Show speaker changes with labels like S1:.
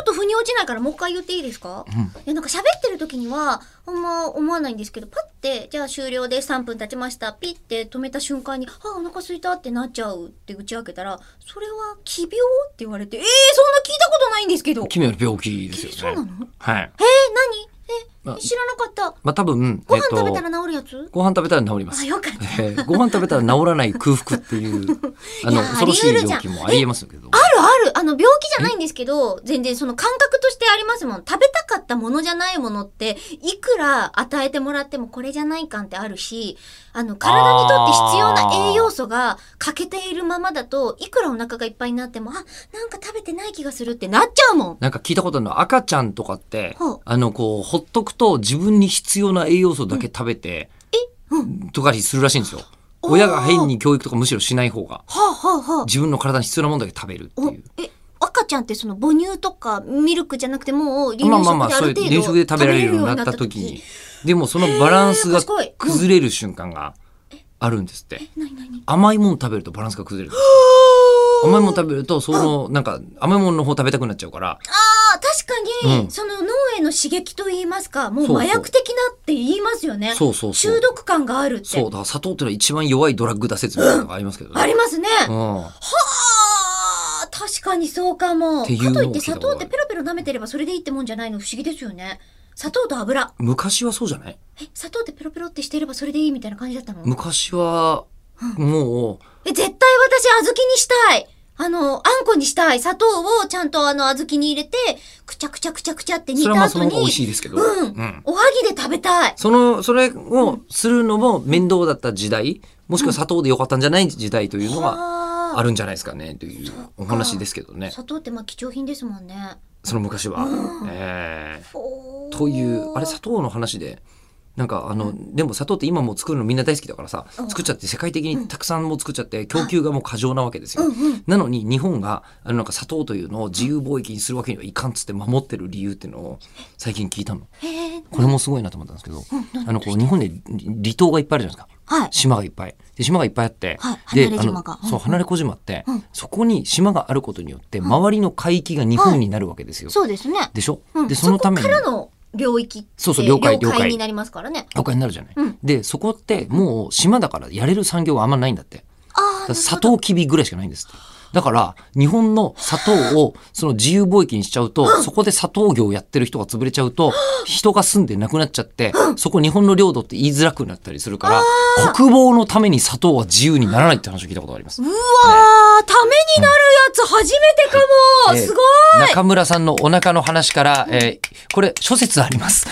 S1: っと腑に落ちないからもう一回言っていいですか、いやなんか喋ってる時にはあんま思わないんですけどパッてじゃあ終了です3分経ちましたピッて止めた瞬間に「あお腹空いた」ってなっちゃうって打ち明けたら「それは奇病?」って言われて「えー、そんな聞いたことないんですけど」
S2: 奇妙な病気ですよね。
S1: そうなの
S2: はい。
S1: えー、何
S2: ま
S1: え知らなかった
S2: まあ、多分、
S1: ご飯食べた
S2: えっと、
S1: ら治るやつ、
S2: ご飯食べたら治ります
S1: あ。よかった
S2: えーご飯食べたら治らない空腹っていう、 あ
S1: い
S2: の、
S1: や
S2: 恐ろしい
S1: あり得るじゃ
S2: 病
S1: ん
S2: 気もありえますけど。
S1: あるあるあの病気じゃないんですけど全然その感覚としてありますもん食べたかったものじゃないものっていくら与えてもらってもこれじゃない感ってあるしあの体にとって必要な栄養素が欠けているままだといくらお腹がいっぱいになってもあなんか食べてない気がするってなっちゃうもん
S2: なんか聞いたことあるのは赤ちゃんとかって
S1: ほう、
S2: あの、こう、ほっとくと自分に必要な栄養素だけ食べて、とかにするらしいんですよ。
S1: おー
S2: 親が変に教育とかむしろしない方が、
S1: はあはあはあ
S2: 自分の体に必要なものだけ食べるって
S1: お
S2: いう。
S1: え赤ちゃんってその母乳とかミルクじゃなくてもう離乳
S2: まあ
S1: 食
S2: まあまあ、
S1: であ
S2: そうい
S1: る
S2: う
S1: 程度
S2: 冷食で食べられるようになった時に、でもそのバランス
S1: へ
S2: が
S1: ー賢いうん
S2: 崩れる瞬間があるんですって。
S1: なになに
S2: 甘いもの食べるとバランスが崩れる。甘いもの食べると、その、なんか、甘いものの方食べたくなっちゃうから、
S1: ああ確かに、
S2: うん
S1: その脳への刺激と言いますかも
S2: そううそう
S1: 麻薬的なって言いますよね
S2: そうそうそう
S1: 中毒感があるって
S2: そう、だから砂糖ってのは一番弱いドラッグだ説みたいなのがありますけど
S1: あ
S2: ね。
S1: りますね、は
S2: うん。
S1: あ確かにそうかも
S2: っていう
S1: か
S2: の
S1: とい
S2: を
S1: って
S2: 聞い
S1: 砂
S2: たことあ
S1: 糖
S2: る
S1: ってペロペロ舐めてればそれでいいってもんじゃないの不思議ですよね砂糖と油
S2: 昔はそうじゃない
S1: え砂糖ってペロペロってしてればそれでいいみたいな感じだったの
S2: 昔は、も
S1: え絶対私小豆にしたいあの、あんこにしたい。砂糖をちゃんとあの、小豆に入れて、くちゃくちゃくちゃくちゃって
S2: う、
S1: 煮
S2: それは
S1: た
S2: まあそ
S1: 後
S2: の方が美
S1: に
S2: 味、しいですけど、
S1: うん、おはぎで食べたい。
S2: その、それをするのも面倒だった時代、もしくは砂糖でよかったんじゃない時代というのは
S1: はあ
S2: あるんじゃないですかね、というお話ですけどね。
S1: 砂糖ってまあ貴重品ですもんね。
S2: その昔は。ええ
S1: おー
S2: という、あれ砂糖の話で、なんかあの、でも砂糖って今もう作るのみんな大好きだからさ、
S1: うん
S2: 作っちゃって世界的にたくさんもう作っちゃって供給がもう過剰なわけですよ。
S1: うんうん。
S2: なのに日本があのなんか砂糖というのを自由貿易にするわけにはいかんっつって守ってる理由っていうのを最近聞いたの。
S1: へえ。
S2: これもすごいなと思ったんですけど、
S1: うん
S2: あのこう日本で離離島がいっぱいあるじゃないですか。
S1: はい。
S2: 島がいっぱい。で島がいっぱいあって、
S1: はい
S2: で
S1: 離れ島が
S2: あ
S1: うん
S2: のそう離れ小島って、
S1: うん
S2: そこに島があることによって周りの海域が日本になるわけですよ。
S1: そうですね。
S2: でしょ、
S1: うん
S2: でそのために
S1: こからの領域って
S2: そうそう了解了解
S1: になりますからね。
S2: 他になるじゃない。
S1: うん
S2: でそこってもう島だからやれる産業があんまないんだって。
S1: あ
S2: だか
S1: あ。
S2: ら砂糖きびぐらいしかないんですって。だから、日本の砂糖をその自由貿易にしちゃうと、そこで砂糖業をやってる人が潰れちゃうと、人が住んでなくなっちゃって、そこ日本の領土って言いづらくなったりするから、国防のために砂糖は自由にならないって話を聞いたことがあります。
S1: うわー、ためになるやつ初めてかも
S2: ええ
S1: すごい
S2: 中村さんのお腹の話から、えーこれ諸説あります。